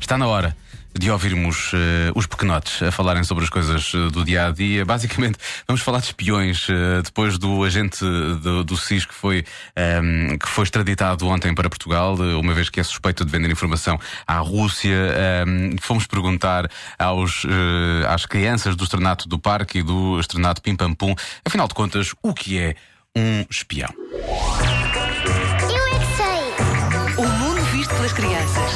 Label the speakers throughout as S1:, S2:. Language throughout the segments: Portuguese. S1: Está na hora de ouvirmos eh, os pequenotes a falarem sobre as coisas eh, do dia a dia. Basicamente, vamos falar de espiões. eh, depois do agente eh, do, do SIS que foi, ehm, que foi extraditado ontem para Portugal, eh, uma vez que é suspeito de vender informação à Rússia, ehm, fomos perguntar aos, eh, às crianças do Estrenato do Parque e do Estrenato Pim Pam Pum, afinal de contas, o que é um espião?
S2: Eu é que sei.
S3: O mundo visto pelas crianças.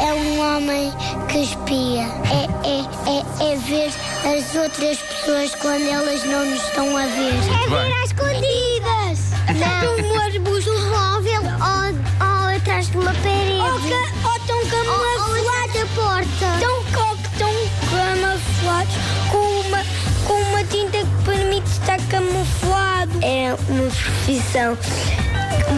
S2: É um homem que espia. É, é, é, é ver as outras pessoas quando elas não nos estão a É ver.
S1: Muito bem.
S2: às escondidas. Não, um arbusto, um móvel ou, ou atrás de uma parede. Ou, estão camuflados da porta. Estão, estão camuflados com uma, com uma tinta que permite estar camuflado. É uma profissão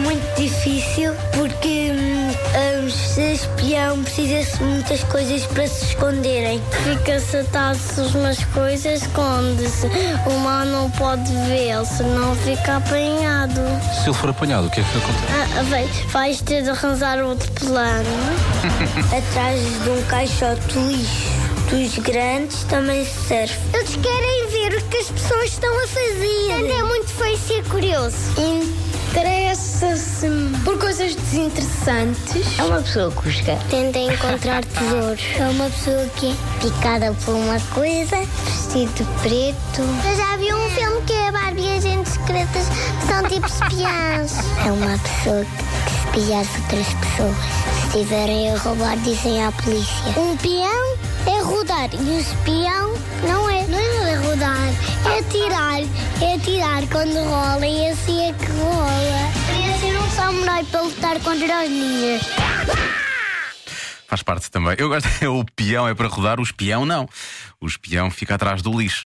S2: muito difícil porque hum, hum, ser espião precisa-se de muitas coisas para se esconderem. Fica-se atado-se umas coisas, esconde-se. O mal não pode ver, senão fica apanhado.
S4: Se ele for apanhado, o que é que acontece?
S2: Ah, bem, vais ter de arranjar outro plano. Atrás de um caixote de lixo dos grandes também serve. Eles querem ver o que as pessoas estão a fazer. Portanto, é muito feio ser curioso. Interessa-se por coisas desinteressantes. É uma pessoa cusca. Tenta encontrar tesouros. É uma pessoa que é picada por uma coisa, vestido preto. Eu já vi um filme que é Barbie e agentes secretas que são tipo espiãs. É uma pessoa que, que espia as outras pessoas. Se estiverem a roubar, dizem à polícia. Um peão é rodar e um espião não é. Não é rodar, é tirar. É tirar quando rola e assim é que rola. Queria ser um samurai para lutar contra as ninhas.
S1: Faz parte também. Eu gosto, o peão é para rodar, o espião não. O espião fica atrás do lixo.